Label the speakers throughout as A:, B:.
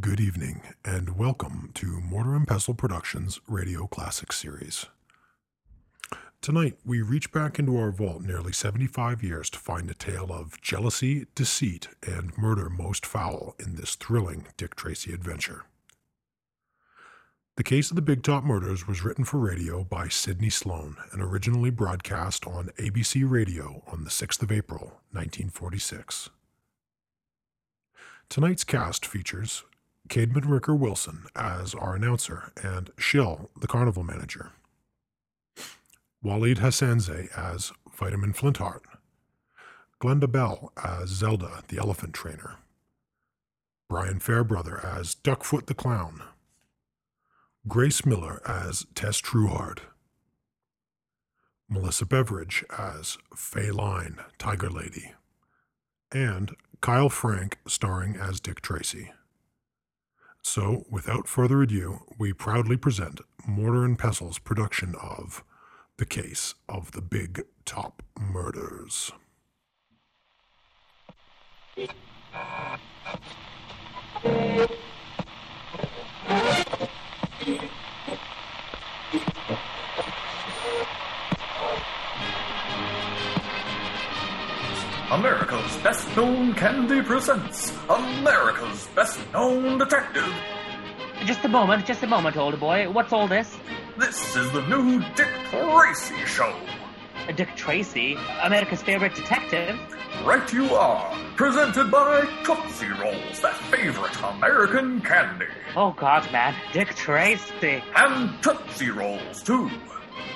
A: Good evening, and welcome to Mortar and Pestle Productions Radio Classics Series. Tonight, we reach back into our vault nearly 75 years to find a tale of jealousy, deceit, and murder most foul in this thrilling Dick Tracy adventure. The Case of the Big Top Murders was written for radio by Sidney Sloan and originally broadcast on ABC Radio on the 6th of April, 1946. Tonight's cast features Cade McRicker Wilson as our announcer and Shill, the carnival manager. Waleed Hassanze as Vitamin Flintheart. Glenda Bell as Zelda, the elephant trainer. Brian Fairbrother as Duckfoot the clown. Grace Miller as Tess Truehard. Melissa Beveridge as Fay Line, Tiger Lady. And Kyle Frank starring as Dick Tracy. So, without further ado, we proudly present Mortar and Pestle's production of The Case of the Big Top Murders.
B: America's best known candy presents America's best known detective.
C: Just a moment, just a moment, old boy. What's all this?
B: This is the new Dick Tracy show.
C: Uh, Dick Tracy, America's favorite detective.
B: Right you are, presented by Tootsie Rolls, that favorite American candy.
C: Oh God, man, Dick Tracy.
B: And Tootsie Rolls, too.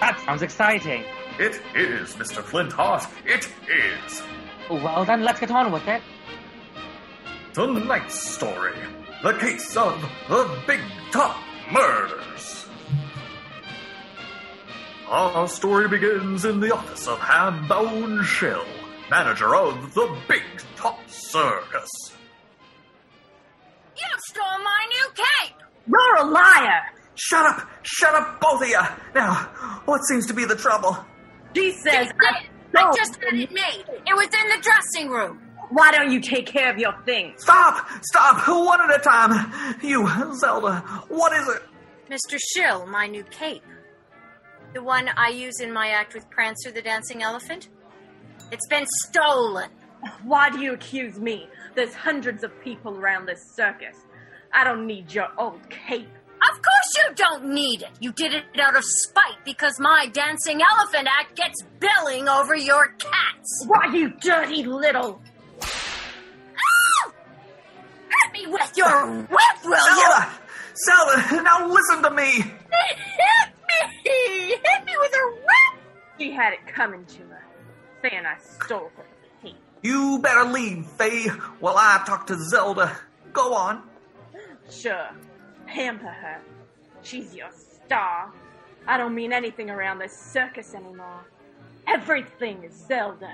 C: That sounds exciting.
B: It is, Mr. Flint Hart. It is.
C: Well then, let's get on with it.
B: Tonight's story the case of the Big Top Murders. Our story begins in the office of Hambone Shell, manager of the Big Top Circus.
D: You stole my new cape!
E: You're a liar!
F: Shut up! Shut up, both of you! Now, what seems to be the trouble?
E: She
D: I,
E: says, I,
D: did. I just had it made. It was in the dressing room.
E: why don't you take care of your things?
F: Stop! Stop! One at a time! You, Zelda, what is it?
D: Mr. Shill, my new cape. The one I use in my act with Prancer the Dancing Elephant. It's been stolen.
E: Why do you accuse me? There's hundreds of people around this circus. I don't need your old cape.
D: Of course you don't need it. You did it out of spite because my dancing elephant act gets billing over your cats.
E: Why, you dirty little.
D: Hit me with your whip, will you?
F: Zelda! Zelda, now listen to me!
D: Hit me! Hit me with your whip!
E: She had it coming to her, saying I stole her cape.
F: You better leave, Faye, while I talk to Zelda. Go on.
E: Sure, pamper her. She's your star. I don't mean anything around this circus anymore. Everything is Zelda.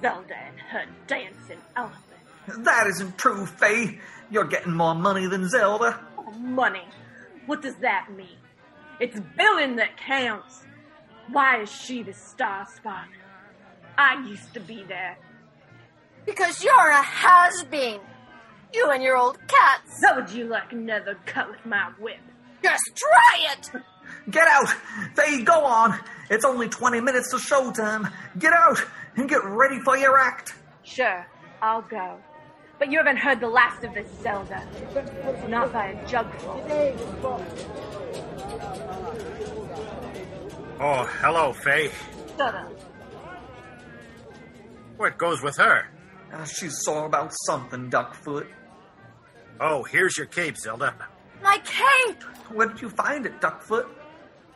E: Zelda and her dancing Oh, elephant.
F: That isn't true, Faye. You're getting more money than Zelda.
E: oh, money. What does that mean? It's billing that counts. Why is she the star spot? I used to be there.
D: Because you're a has been. You and your old cats.
E: So would you like another cut with my whip?
D: Just try it!
F: Get out! Faye, go on! It's only 20 minutes to showtime. Get out and get ready for your act.
E: Sure, I'll go. But you haven't heard the last of this, Zelda. Not by a jugful.
G: Oh, hello, Faye.
E: Shut up.
G: What goes with her?
F: Uh, she's sore about something, Duckfoot.
G: Oh, here's your cape, Zelda.
D: My cape!
F: Where did you find it, Duckfoot?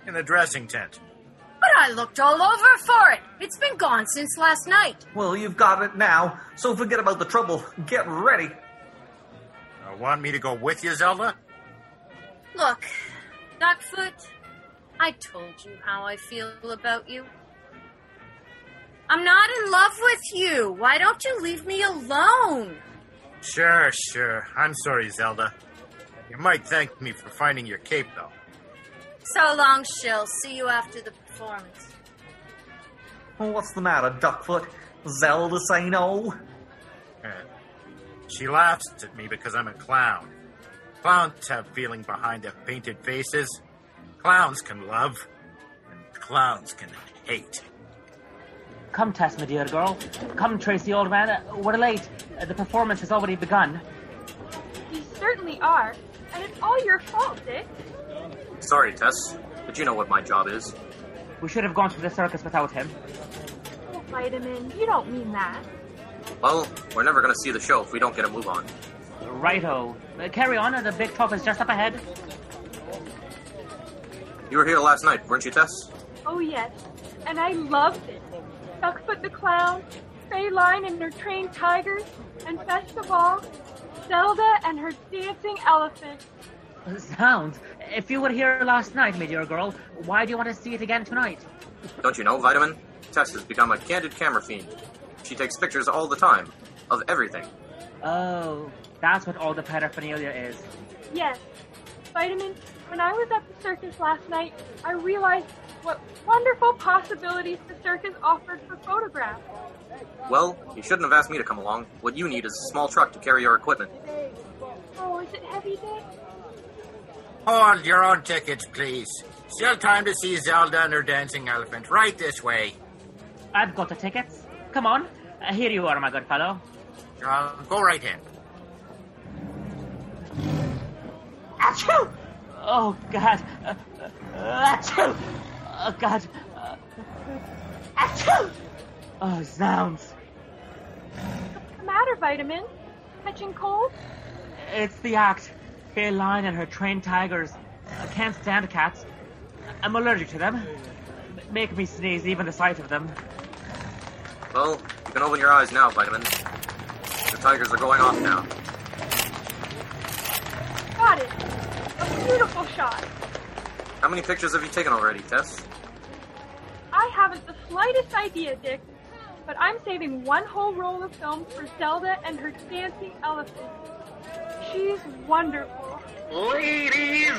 G: In the dressing tent.
D: But I looked all over for it. It's been gone since last night.
F: Well, you've got it now, so forget about the trouble. Get ready.
G: Uh, want me to go with you, Zelda?
D: Look, Duckfoot, I told you how I feel about you. I'm not in love with you. Why don't you leave me alone?
G: Sure, sure. I'm sorry, Zelda. You might thank me for finding your cape, though.
D: So long, Shill. See you after the performance.
F: What's the matter, Duckfoot? Zelda say no?
G: Uh, she laughs at me because I'm a clown. Clowns have feeling behind their painted faces. Clowns can love, and clowns can hate.
C: Come, Tess, my dear girl. Come, Tracy, old man. Uh, We're late. Uh, The performance has already begun.
H: You certainly are. And it's all your fault, Dick.
I: Sorry, Tess, but you know what my job is.
C: We should have gone to the circus without him.
H: Oh, Vitamin, you don't mean that.
I: Well, we're never gonna see the show if we don't get a move on.
C: Righto. Uh, carry on. uh, The big top is just up ahead.
I: You were here last night, weren't you, Tess?
H: Oh, yes. And I loved it. Duckfoot the Clown, Feline and her trained tigers, and best of all, Zelda and her dancing elephant.
C: Sounds. If you were here last night, my dear girl, why do you want to see it again tonight?
I: Don't you know, Vitamin? Tess has become a candid camera fiend. She takes pictures all the time of everything.
C: Oh, that's what all the paraphernalia is.
H: Yes. Vitamin, when I was at the circus last night, I realized what wonderful possibilities the circus offered for photographs.
I: Well, you shouldn't have asked me to come along. What you need is a small truck to carry your equipment.
H: Oh, is it heavy, Dick?
G: Hold your own tickets, please. Still time to see Zelda and her dancing elephant. Right this way.
C: I've got the tickets. Come on. Uh, here you are, my good fellow.
G: Uh, go right in.
C: Achoo! Oh, God. Uh, uh, achoo! Oh, God. Uh, achoo! Oh, sounds.
H: What's the matter, Vitamin? Catching cold?
C: It's the act. Feline and her trained tigers. I can't stand cats. I'm allergic to them. M- Make me sneeze even the sight of them.
I: Well, you can open your eyes now, Vitamin. The tigers are going off now.
H: Got it. A beautiful shot.
I: How many pictures have you taken already, Tess?
H: I haven't the slightest idea, Dick, but I'm saving one whole roll of film for Zelda and her dancing elephant. She's wonderful.
F: Ladies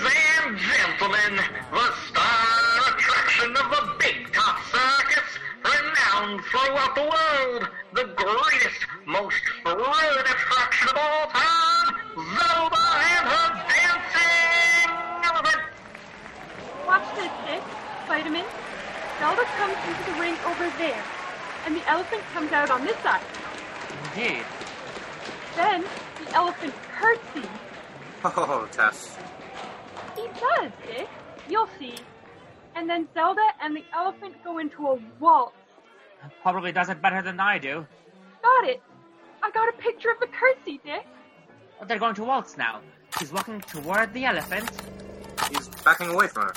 F: and gentlemen, the star attraction of the Big Top Circus, renowned throughout the world, the greatest, most thrilling attraction of all time, Zelda and her dancing elephant.
H: Watch this, Dick. Vitamin. Zelda comes into the ring over there, and the elephant comes out on this side.
C: Indeed.
H: Then the elephant curtsies.
I: Oh, Tess.
H: He does, Dick. You'll see. And then Zelda and the elephant go into a waltz.
C: Probably does it better than I do.
H: Got it. I got a picture of the eh? curtsy, Dick.
C: They're going to waltz now. She's walking toward the elephant.
I: He's backing away from her.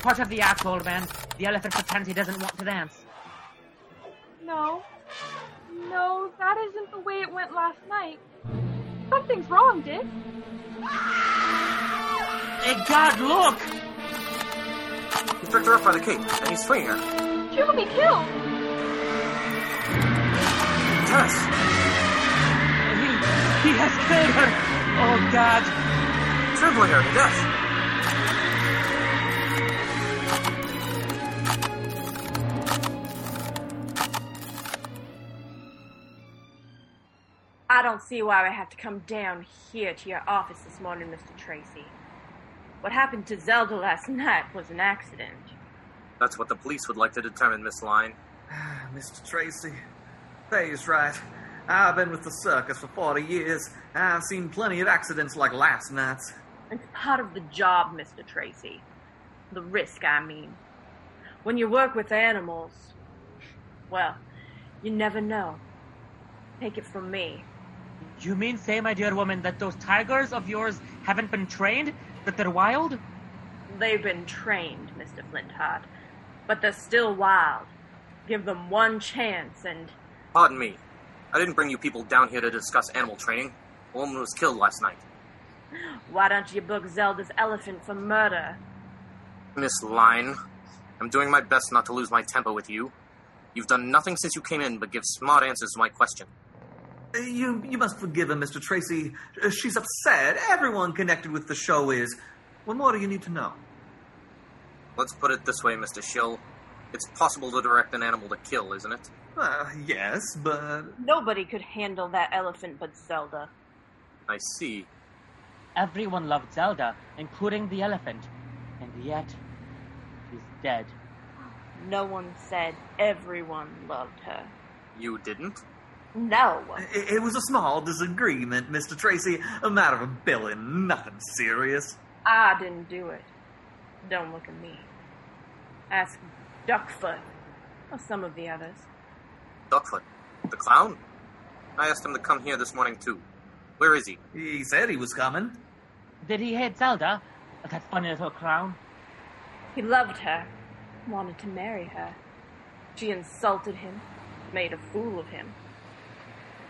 C: Part of the act, old man. The elephant pretends he doesn't want to dance.
H: No. No, that isn't the way it went last night. Something's wrong, Dick.
C: Hey, God, look!
I: He picked her up by the cape, and he's swinging her.
H: She'll be killed.
I: Tess!
C: He, he has killed her! Oh, God.
I: Trampling her to death!
E: I don't see why I have to come down here to your office this morning, Mr. Tracy. What happened to Zelda last night was an accident.
I: That's what the police would like to determine, Miss Line.
J: Mr. Tracy, they's right. I've been with the circus for 40 years. I've seen plenty of accidents like last night's.
E: It's part of the job, Mr. Tracy. The risk, I mean. When you work with animals, well, you never know. Take it from me.
C: You mean say, my dear woman, that those tigers of yours haven't been trained? That they're wild?
E: They've been trained, Mr. Flintheart, but they're still wild. Give them one chance and.
I: Pardon me. I didn't bring you people down here to discuss animal training. A woman was killed last night.
E: Why don't you book Zelda's elephant for murder?
I: Miss Line, I'm doing my best not to lose my temper with you. You've done nothing since you came in but give smart answers to my question.
J: Uh, You, you must forgive her, Mr. Tracy. Uh, She's upset. Everyone connected with the show is. What more do you need to know?
I: Let's put it this way, Mr. Schill. It's possible to direct an animal to kill, isn't it?
J: Uh, yes, but
E: Nobody could handle that elephant but Zelda.
I: I see.
C: Everyone loved Zelda, including the elephant. And yet, she's dead.
E: No one said everyone loved her.
I: You didn't?
E: No.
B: It, it was a small disagreement, Mr. Tracy. A matter of billing, nothing serious.
E: I didn't do it. Don't look at me. Ask Duckfoot or some of the others.
I: Duckfoot. The clown? I asked him to come here this morning, too. Where is he?
B: He said he was coming.
C: Did he hate Zelda? That funny little clown.
E: He loved her, wanted to marry her. She insulted him, made a fool of him.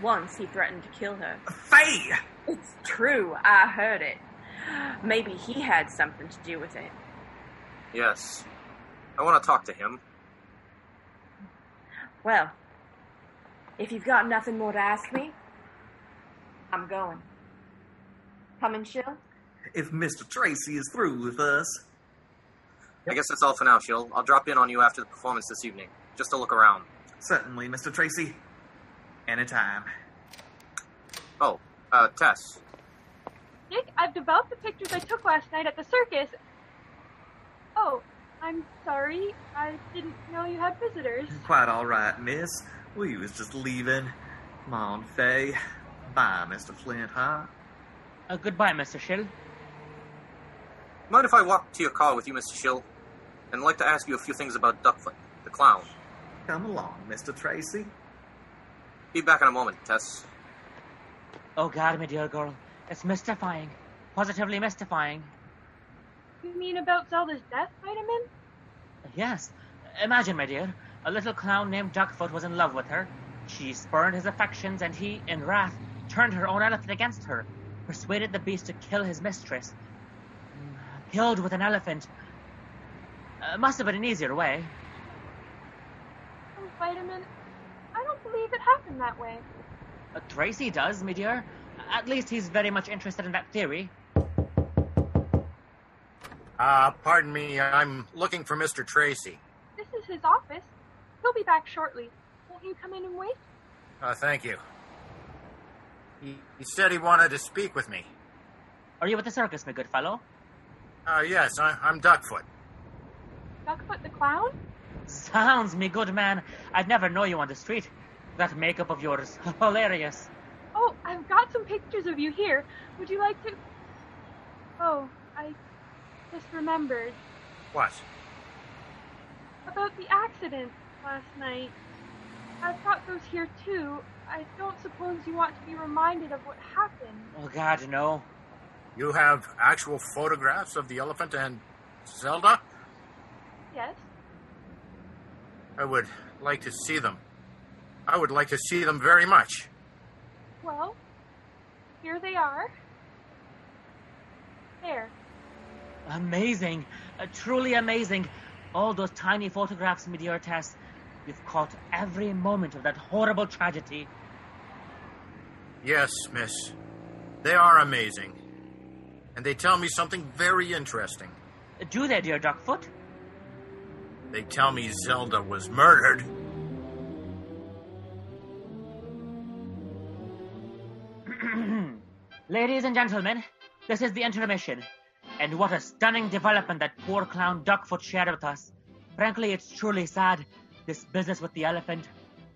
E: Once he threatened to kill her.
B: Faye!
E: It's true, I heard it. Maybe he had something to do with it.
I: Yes. I want to talk to him.
E: Well, if you've got nothing more to ask me, I'm going. Come and chill?
B: If Mr. Tracy is through with us.
I: I guess that's all for now, Shill. I'll drop in on you after the performance this evening, just to look around.
B: Certainly, Mr. Tracy. Anytime.
I: Oh, uh, Tess.
H: Nick, I've developed the pictures I took last night at the circus. Oh, I'm sorry. I didn't know you had visitors.
B: Quite all right, miss. We was just leaving. Come on, Faye. Bye, Mr. Flint, huh?
C: Uh, goodbye, Mr. Shill.
I: Mind if I walk to your car with you, Mr. Shill? And I'd like to ask you a few things about Duckfoot, the clown.
B: Come along, Mr. Tracy.
I: Be back in a moment, Tess.
C: Oh, God, my dear girl. It's mystifying. Positively mystifying.
H: You mean about Zelda's death, Vitamin?
C: Yes. Imagine, my dear, a little clown named Duckfoot was in love with her. She spurned his affections, and he, in wrath, turned her own elephant against her, persuaded the beast to kill his mistress. Mm, Killed with an elephant. Uh, must have been an easier way.
H: Oh, Vitamin, I don't believe it happened that way.
C: Uh, Tracy does, my dear. At least he's very much interested in that theory.
G: Uh, pardon me, I'm looking for Mr. Tracy.
H: This is his office. He'll be back shortly. Won't you come in and wait?
G: Uh, thank you. He, he said he wanted to speak with me.
C: Are you at the circus, my good fellow?
G: Uh, yes, I, I'm Duckfoot.
H: Duckfoot the clown?
C: Sounds, me good man. I'd never know you on the street. That makeup of yours, hilarious.
H: Oh, I've got some pictures of you here. Would you like to? Oh, I just remembered
G: What?
H: about the accident last night. I've got those here too. I don't suppose you want to be reminded of what happened.
C: Oh, God, no.
G: You have actual photographs of the elephant and Zelda?
H: Yes.
G: I would like to see them. I would like to see them very much.
H: Well, here they are. There.
C: Amazing. Uh, truly amazing. All those tiny photographs, my dear Tess. You've caught every moment of that horrible tragedy.
G: Yes, miss. They are amazing. And they tell me something very interesting.
C: Do they, dear Duckfoot?
G: They tell me Zelda was murdered.
C: Ladies and gentlemen, this is the intermission. And what a stunning development that poor clown Duckfoot shared with us. Frankly, it's truly sad. This business with the elephant.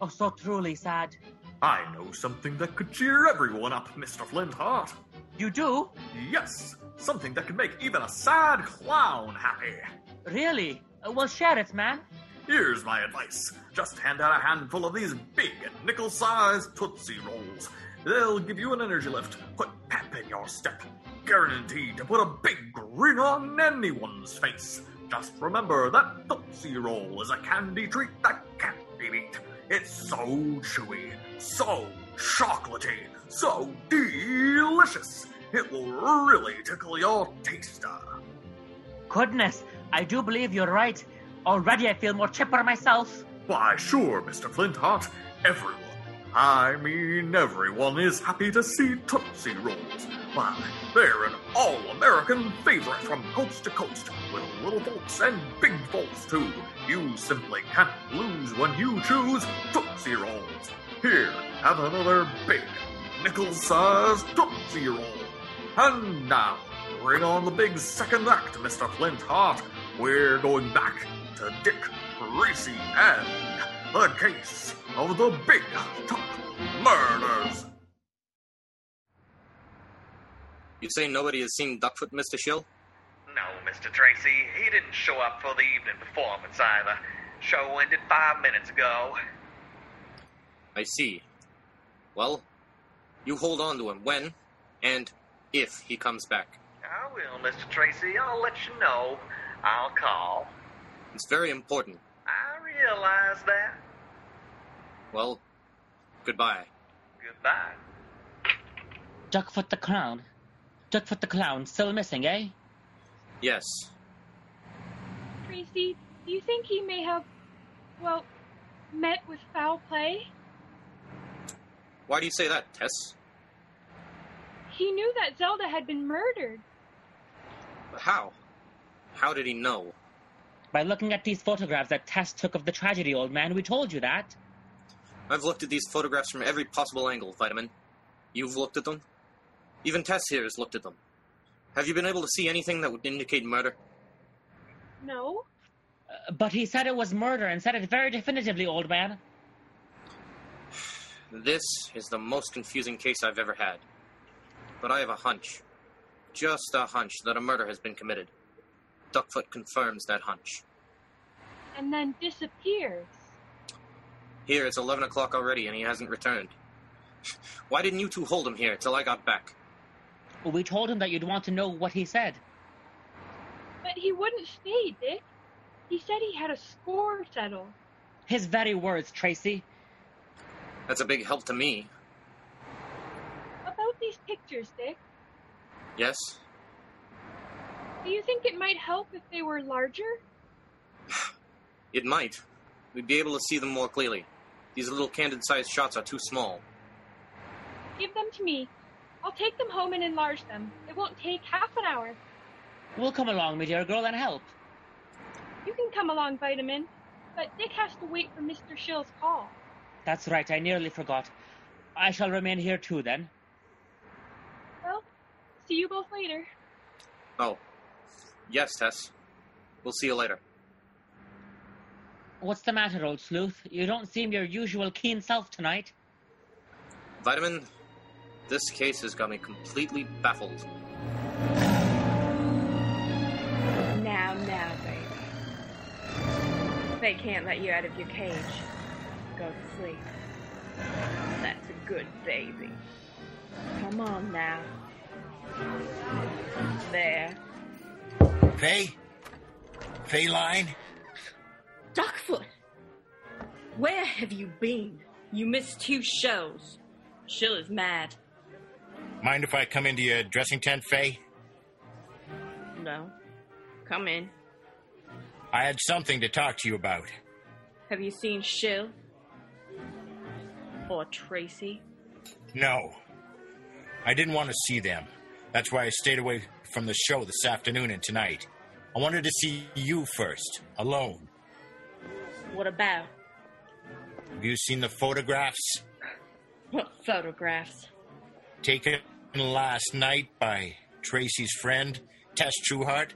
C: Oh, so truly sad.
B: I know something that could cheer everyone up, Mr. Flint Heart.
C: You do?
B: Yes, something that could make even a sad clown happy.
C: Really? Uh, Well, share it, man.
B: Here's my advice just hand out a handful of these big, nickel sized Tootsie Rolls. They'll give you an energy lift, put pep in your step, guaranteed to put a big grin on anyone's face. Just remember that Tootsie Roll is a candy treat that can't be beat. It's so chewy, so chocolatey, so delicious. It will really tickle your taster.
C: Goodness, I do believe you're right. Already I feel more chipper myself.
B: Why, sure, Mr. Flintheart. Everyone, I mean everyone, is happy to see Tootsie Rolls. Why, they're an all American favorite from coast to coast, with little folks and big folks, too. You simply can't lose when you choose Tootsie Rolls. Here, have another big, nickel sized Tootsie Roll.
J: And now, bring on the big second act, Mr. Flint Heart. We're going back to Dick Tracy and the case of the Big Top Murders.
I: You say nobody has seen Duckfoot, Mr. Shill?
F: No, Mr. Tracy, he didn't show up for the evening performance either. Show ended five minutes ago.
I: I see. Well, you hold on to him when and if he comes back.
F: I will, Mr. Tracy. I'll let you know. I'll call.
I: It's very important.
F: I realize that.
I: Well, goodbye.
F: Goodbye.
C: Duckfoot the clown. Duckfoot the clown, still missing, eh?
I: Yes.
H: Tracy, do you think he may have, well, met with foul play?
I: Why do you say that, Tess?
H: He knew that Zelda had been murdered.
I: How? How did he know?
C: By looking at these photographs that Tess took of the tragedy, old man, we told you that.
I: I've looked at these photographs from every possible angle, Vitamin. You've looked at them. Even Tess here has looked at them. Have you been able to see anything that would indicate murder?
H: No?
C: Uh, But he said it was murder and said it very definitively, old man.
I: This is the most confusing case I've ever had. But I have a hunch. Just a hunch that a murder has been committed. Duckfoot confirms that hunch.
H: And then disappears.
I: Here, it's 11 o'clock already, and he hasn't returned. Why didn't you two hold him here till I got back?
C: We told him that you'd want to know what he said.
H: But he wouldn't stay, Dick. He said he had a score settled.
C: His very words, Tracy.
I: That's a big help to me.
H: About these pictures, Dick,
I: Yes?
H: do you think it might help if they were larger?
I: It might. We'd be able to see them more clearly. These little candid sized shots are too small.
H: Give them to me. I'll take them home and enlarge them. It won't take half an hour.
C: We'll come along, my dear girl, and help.
H: You can come along, Vitamin, but Dick has to wait for Mr. Shill's call.
C: That's right, I nearly forgot. I shall remain here too, then.
H: Well, see you both later.
I: Oh. Yes, Tess. We'll see you later.
C: What's the matter, old sleuth? You don't seem your usual keen self tonight.
I: Vitamin, this case has got me completely baffled.
E: Now, now, baby. They can't let you out of your cage. Go to sleep. That's a good baby. Come on now. There.
G: Fay? Feline?
E: Duckfoot! Where have you been? You missed two shows. Shill is mad.
G: Mind if I come into your dressing tent, Fay?
E: No. Come in.
G: I had something to talk to you about.
E: Have you seen Shill? Or Tracy?
G: No. I didn't want to see them. That's why I stayed away from the show this afternoon and tonight. I wanted to see you first, alone.
E: What about?
G: Have you seen the photographs
E: What photographs?
G: taken last night by Tracy's friend, Tess Trueheart?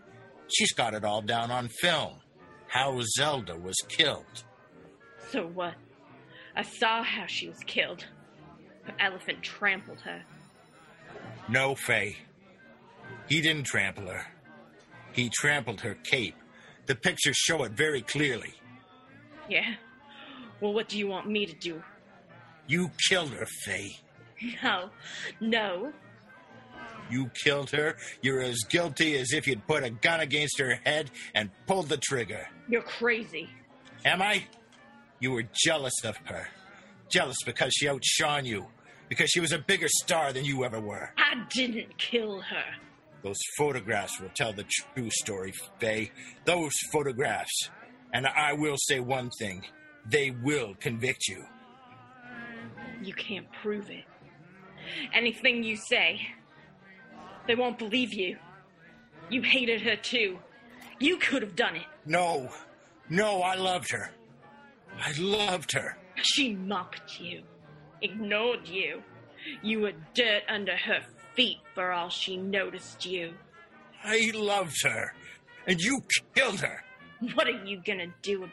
G: She's got it all down on film. How Zelda was killed.
E: So what? I saw how she was killed. Her elephant trampled her.
G: No, Faye. He didn't trample her. He trampled her cape. The pictures show it very clearly.
E: Yeah? Well, what do you want me to do?
G: You killed her, Faye.
E: No. No.
G: You killed her. You're as guilty as if you'd put a gun against her head and pulled the trigger.
E: You're crazy.
G: Am I? You were jealous of her. Jealous because she outshone you. Because she was a bigger star than you ever were.
E: I didn't kill her.
G: Those photographs will tell the true story, Faye. Those photographs. And I will say one thing they will convict you.
E: You can't prove it. Anything you say, they won't believe you. You hated her too. You could have done it.
G: No, no, I loved her. I loved her.
E: She mocked you, ignored you. You were dirt under her feet for all she noticed you.
G: I loved her, and you killed her.
E: What are you gonna do about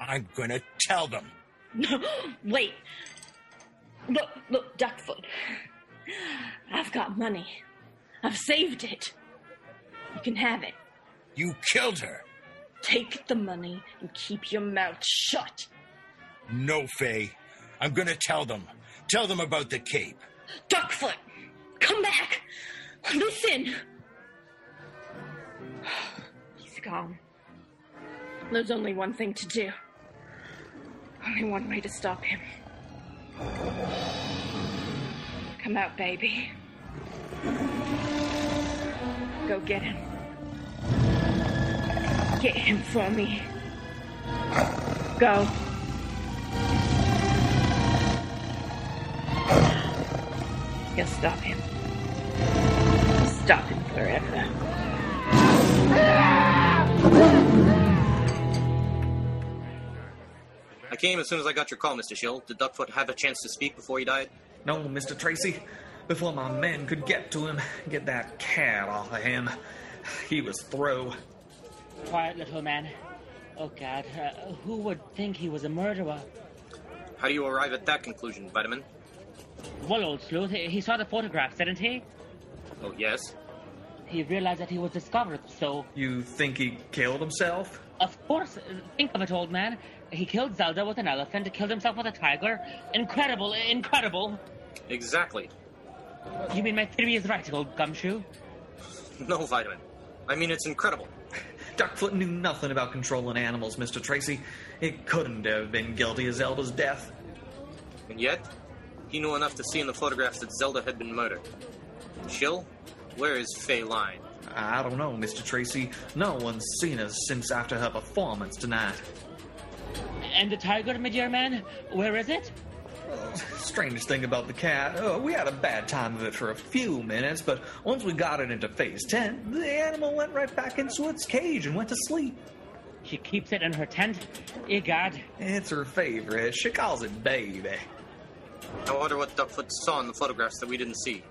G: I'm gonna tell them.
E: it? Wait. Look, look, Duckfoot. I've got money. I've saved it. You can have it.
G: You killed her.
E: Take the money and keep your mouth shut.
G: No, Faye. I'm gonna tell them. Tell them about the cape.
E: Duckfoot, come back. Listen. He's gone. There's only one thing to do. Only one way to stop him. Come out, baby. Go get him. Get him for me. Go. You'll stop him. Stop him forever.
I: I came as soon as I got your call, Mr. Shield. Did Duckfoot have a chance to speak before he died?
J: No, Mr. Tracy. Before my men could get to him, get that cat off of him, he was through.
C: Quiet, little man. Oh, God. Uh, who would think he was a murderer?
I: How do you arrive at that conclusion, Vitamin?
C: Well, old sleuth, he he saw the photographs, didn't he?
I: Oh, yes?
C: He realized that he was discovered, so
J: You think he killed himself?
C: Of course. Think of it, old man. He killed Zelda with an elephant, killed himself with a tiger. Incredible, incredible.
I: Exactly.
C: You mean my theory is right, old gumshoe?
I: No, Vitamin. I mean, it's incredible.
J: Duckfoot knew nothing about controlling animals, Mr. Tracy. He couldn't have been guilty of Zelda's death.
I: And yet, he knew enough to see in the photographs that Zelda had been murdered. Chill? Where is Fay Line?
J: I don't know, Mr. Tracy. No one's seen her since after her performance tonight.
C: And the tiger, my dear man? Where is it?
J: Strangest thing about the cat, uh, we had a bad time of it for a few minutes, but once we got it into phase 10, the animal went right back into its cage and went to sleep.
C: She keeps it in her tent. Egad.
J: It's her favorite. She calls it baby.
I: I wonder what Duckfoot saw in the photographs that we didn't see.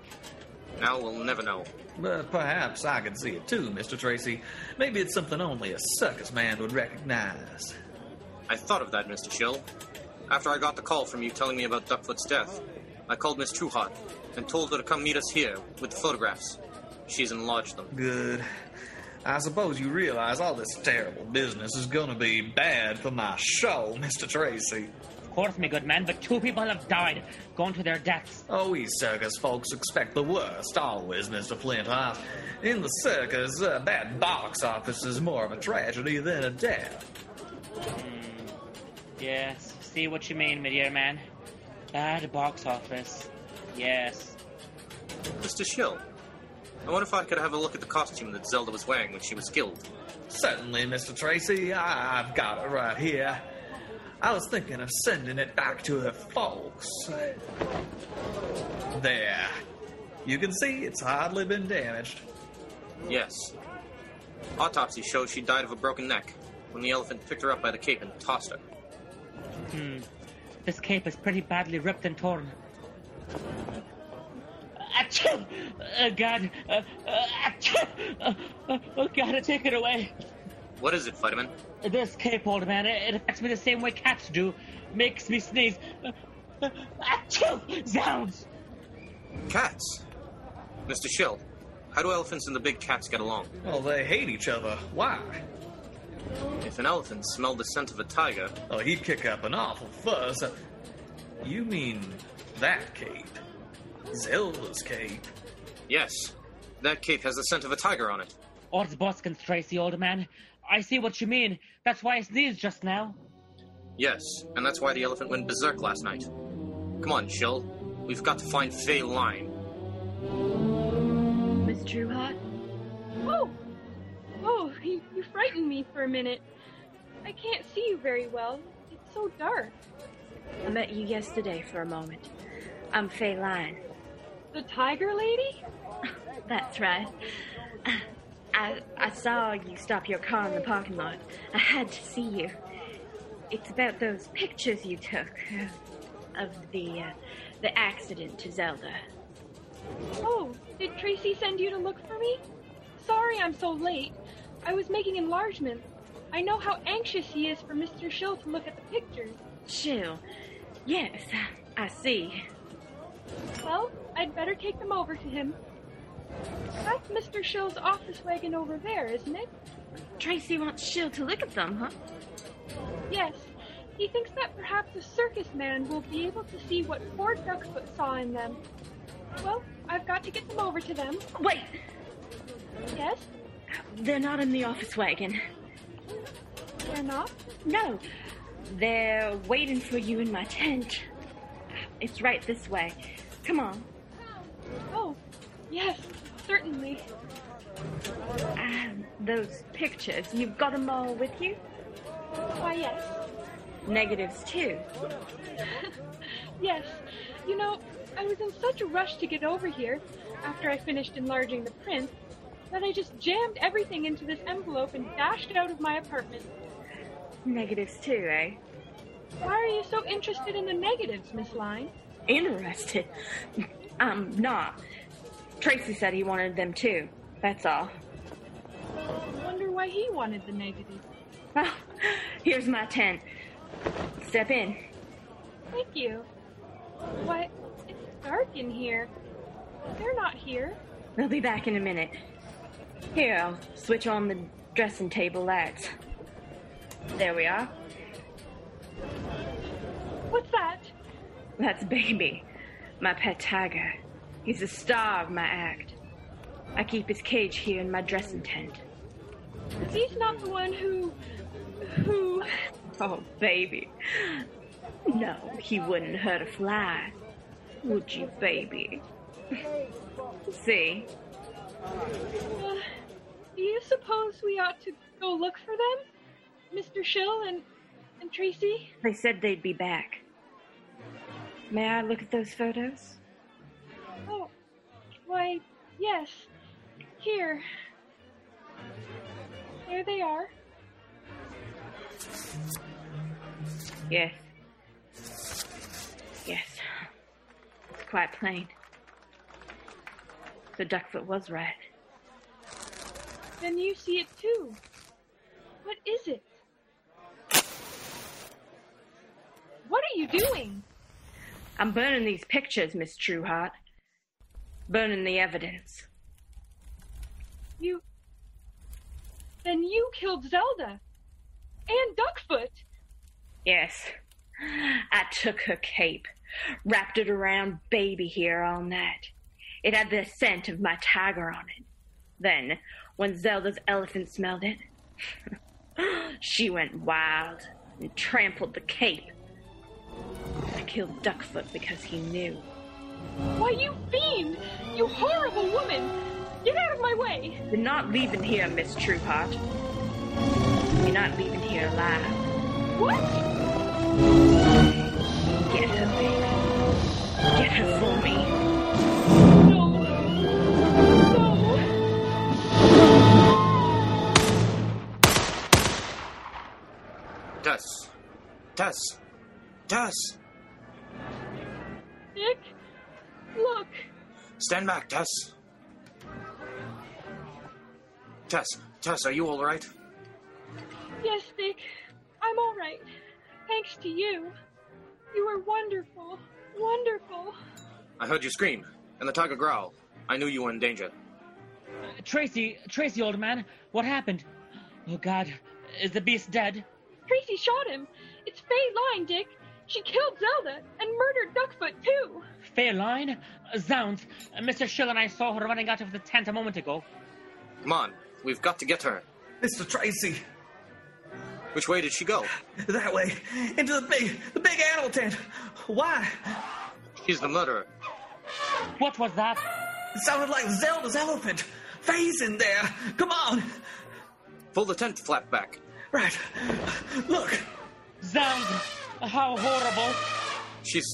I: Now we'll never know.
J: But perhaps I can see it too, Mr. Tracy. Maybe it's something only a circus man would recognize.
I: I thought of that, Mr. Chill. After I got the call from you telling me about Duckfoot's death, I called Miss Truehart and told her to come meet us here with the photographs. She's enlarged them.
J: Good. I suppose you realize all this terrible business is gonna be bad for my show, Mr. Tracy.
C: Of course, my good man, but two people have died, gone to their deaths.
J: Oh, we circus folks expect the worst always, Mr. Flintheart. In the circus, a bad box office is more of a tragedy than a death.
C: Yes, see what you mean, my dear man. Bad box office. Yes.
I: Mr. Chill, I wonder if I could have a look at the costume that Zelda was wearing when she was killed.
J: Certainly, Mr. Tracy, I- I've got it right here. I was thinking of sending it back to her folks. There. You can see it's hardly been damaged.
I: Yes. Autopsy shows she died of a broken neck when the elephant picked her up by the cape and tossed her.
C: Hmm. This cape is pretty badly ripped and torn. Achoo! Oh, God. Uh, uh, achoo! Uh, uh, oh, God, take it away.
I: What is it, Vitamin?
C: This cape, old man, it it affects me the same way cats do. Makes me sneeze. Uh, uh, Achoo! Zounds!
I: Cats! Mr. Chill, how do elephants and the big cats get along?
J: Well, they hate each other. Why?
I: If an elephant smelled the scent of a tiger,
J: Oh, he'd kick up an awful fuss. You mean that cape? Zelda's cape?
I: yes, that cape has the scent of a tiger on it.
C: Ortsboskens, Tracy, old man. I see what you mean. That's why I sneezed just now.
I: Yes, and that's why the elephant went berserk last night. Come on, Chill. We've got to find Fay Line.
E: Miss Trueheart?
H: Oh, oh, you, you frightened me for a minute. I can't see you very well. It's so dark.
E: I met you yesterday for a moment. I'm Faye Lyon.
H: The tiger lady?
E: That's right. I, I saw you stop your car in the parking lot. I had to see you. It's about those pictures you took uh, of the uh, the accident to Zelda.
H: Oh, did Tracy send you to look for me? Sorry I'm so late. I was making enlargements. I know how anxious he is for Mr. Schill to look at the pictures.
E: Chill. Yes, I see.
H: Well, I'd better take them over to him. That's Mr. Schill's office wagon over there, isn't it?
E: Tracy wants Chill to look at them, huh?
H: Yes. He thinks that perhaps a circus man will be able to see what poor Duckfoot saw in them. Well, I've got to get them over to them.
E: Wait,
H: Yes?
E: they're not in the office wagon.
H: They're not?
E: No, they're waiting for you in my tent. It's right this way. Come on.
H: Oh, yes, certainly.
E: Um, those pictures, you've got them all with you?
H: Why, yes.
E: Negatives, too.
H: Yes. You know, I was in such a rush to get over here after I finished enlarging the print that I just jammed everything into this envelope and dashed out of my apartment.
E: Negatives, too, eh?
H: Why are you so interested in the negatives, Miss Line?
E: Interested? I'm Um, not. Tracy said he wanted them, too. That's all.
H: Wonder why he wanted the negatives.
E: Well, here's my tent. Step in.
H: Thank you. Why, it's dark in here. They're not here.
E: They'll be back in a minute. Here, I'll switch on the dressing table lights. There we are.
H: What's that?
E: That's Baby, my pet tiger. He's the star of my act. I keep his cage here in my dressing tent.
H: He's not the one who. who.
E: Oh, baby. No, he wouldn't hurt a fly. Would you, baby? See?
H: Uh, do you suppose we ought to go look for them? Mr. Schill and. and Tracy?
E: They said they'd be back. May I look at those photos?
H: Oh, why, yes. Here. There they are.
E: Yes. Yes. It's quite plain. So Duckfoot was right.
H: Then you see it too. What is it? What are you doing?
E: I'm burning these pictures, Miss Trueheart. Burning the evidence.
H: You. Then you killed Zelda. And Duckfoot.
E: Yes. I took her cape, wrapped it around baby here all night. It had the scent of my tiger on it. Then, when Zelda's elephant smelled it, she went wild and trampled the cape. I killed Duckfoot because he knew.
H: Why, you fiend! You horrible woman! Get out of my way!
E: You're not leaving here, Miss Trueheart. You're not leaving here alive.
H: What?
E: Get her, baby. Get her for me.
H: No. No.
I: Tess. Tess. Tess.
H: Dick? Look.
I: Stand back, Tess. Tess. Tess, are you all right?
H: Yes, Dick. I'm all right. Thanks to you. You were wonderful. Wonderful.
I: I heard you scream, and the tiger growl. I knew you were in danger.
C: Tracy, Tracy, old man, what happened? Oh God, is the beast dead?
H: Tracy shot him. It's Faye Line, Dick. She killed Zelda and murdered Duckfoot, too.
C: Fayline? Zounds, Mr. Schill and I saw her running out of the tent a moment ago.
I: Come on, we've got to get her.
J: Mr. Tracy,
I: Which way did she go?
J: that way, into the big, the big animal tent. Why?
I: She's the murderer.
C: What was that?
J: It sounded like Zelda's elephant. Faye's in there. Come on.
I: Pull the tent flap back.
J: Right. Look.
C: Zounds, how horrible!
I: She's.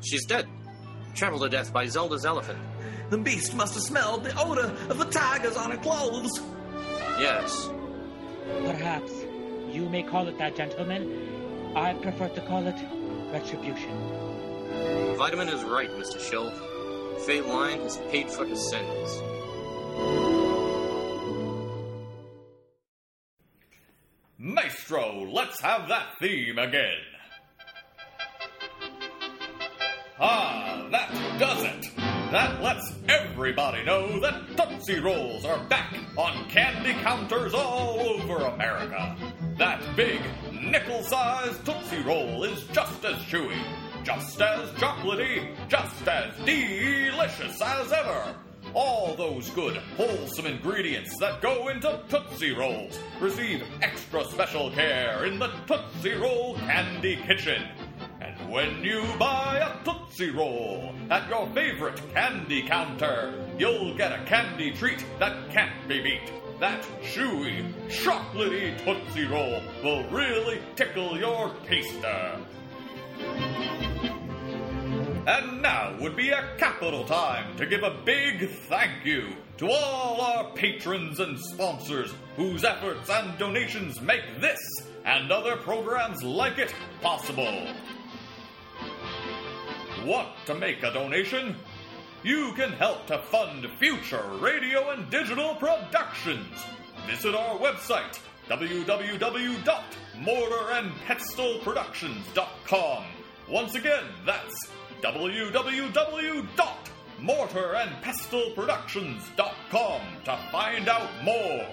I: she's dead. Trampled to death by Zelda's elephant.
J: The beast must have smelled the odor of the tigers on her clothes.
I: Yes.
C: Perhaps you may call it that, gentlemen. I prefer to call it retribution.
I: Vitamin is right, Mr. Schill. Feline has paid for her sins.
B: Maestro, let's have that theme again. Ah, that does it. That lets everybody know that Tootsie Rolls are back on candy counters all over America. That big, nickel sized Tootsie Roll is just as chewy, just as chocolatey, just as delicious as ever. All those good, wholesome ingredients that go into Tootsie Rolls receive extra special care in the Tootsie Roll Candy Kitchen. And when you buy a Tootsie Roll at your favorite candy counter, you'll get a candy treat that can't be beat. That chewy, chocolatey Tootsie Roll will really tickle your taster. And now would be a capital time to give a big thank you to all our patrons and sponsors whose efforts and donations make this and other programs like it possible. Want to make a donation? You can help to fund future radio and digital productions. Visit our website www.mortarandpetstolproductions.com. Once again, that's www.mortarandpestolproductions.com to find out more.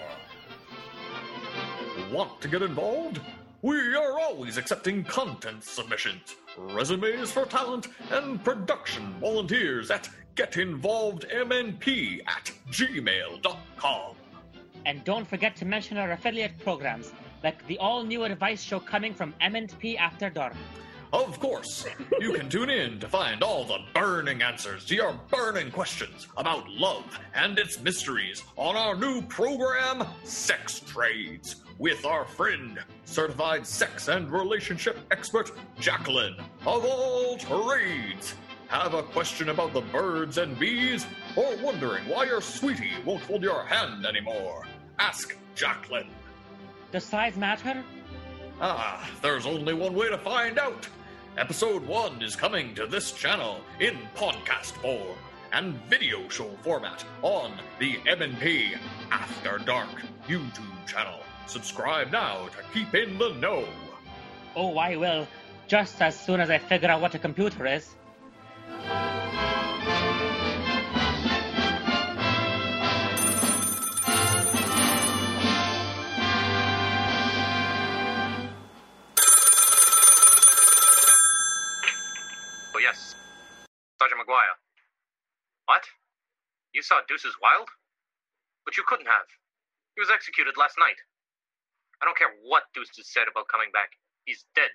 B: Want to get involved? We are always accepting content submissions, resumes for talent, and production volunteers at getinvolvedmnp at gmail.com.
C: And don't forget to mention our affiliate programs, like the all new advice show coming from M&P After Dark.
B: Of course, you can tune in to find all the burning answers to your burning questions about love and its mysteries on our new program, Sex Trades, with our friend, certified sex and relationship expert Jacqueline of all trades. Have a question about the birds and bees, or wondering why your sweetie won't hold your hand anymore? Ask Jacqueline.
C: Does size matter?
B: Ah, there's only one way to find out. Episode 1 is coming to this channel in podcast form and video show format on the M&P After Dark YouTube channel. Subscribe now to keep in the know.
C: Oh, I will, just as soon as I figure out what a computer is.
I: Oh, yes. Sergeant McGuire. What? You saw Deuces Wild? But you couldn't have. He was executed last night. I don't care what Deuces said about coming back. He's dead.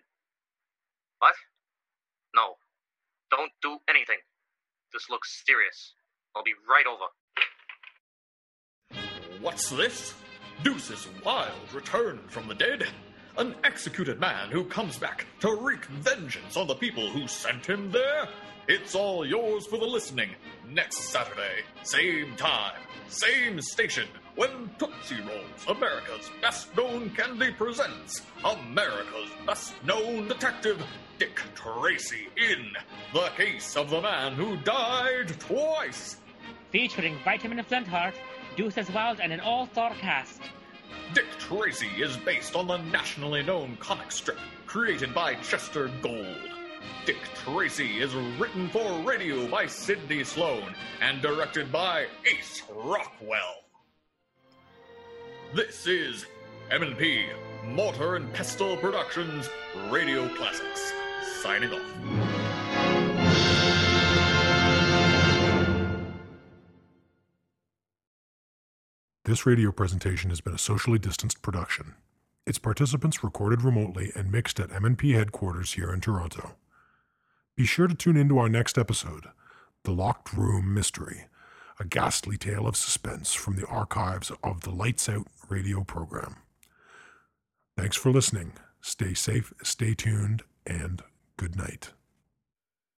I: What? No. Don't do anything. This looks serious. I'll be right over.
B: What's this? Deuces Wild returned from the dead. An executed man who comes back to wreak vengeance on the people who sent him there. It's all yours for the listening. Next Saturday, same time, same station, when Tootsie Rolls, America's best known candy, presents America's best known detective, Dick Tracy, in The Case of the Man Who Died Twice.
C: Featuring Vitamin Flintheart, Deuces Wild, and an all-star cast.
B: Dick Tracy is based on the nationally known comic strip created by Chester Gold. Dick Tracy is written for radio by Sidney Sloan and directed by Ace Rockwell. This is M&P Mortar and Pestle Productions Radio Classics signing off.
A: This radio presentation has been a socially distanced production. Its participants recorded remotely and mixed at MNP headquarters here in Toronto. Be sure to tune in to our next episode, The Locked Room Mystery, a ghastly tale of suspense from the archives of the Lights Out radio program. Thanks for listening. Stay safe, stay tuned, and good night.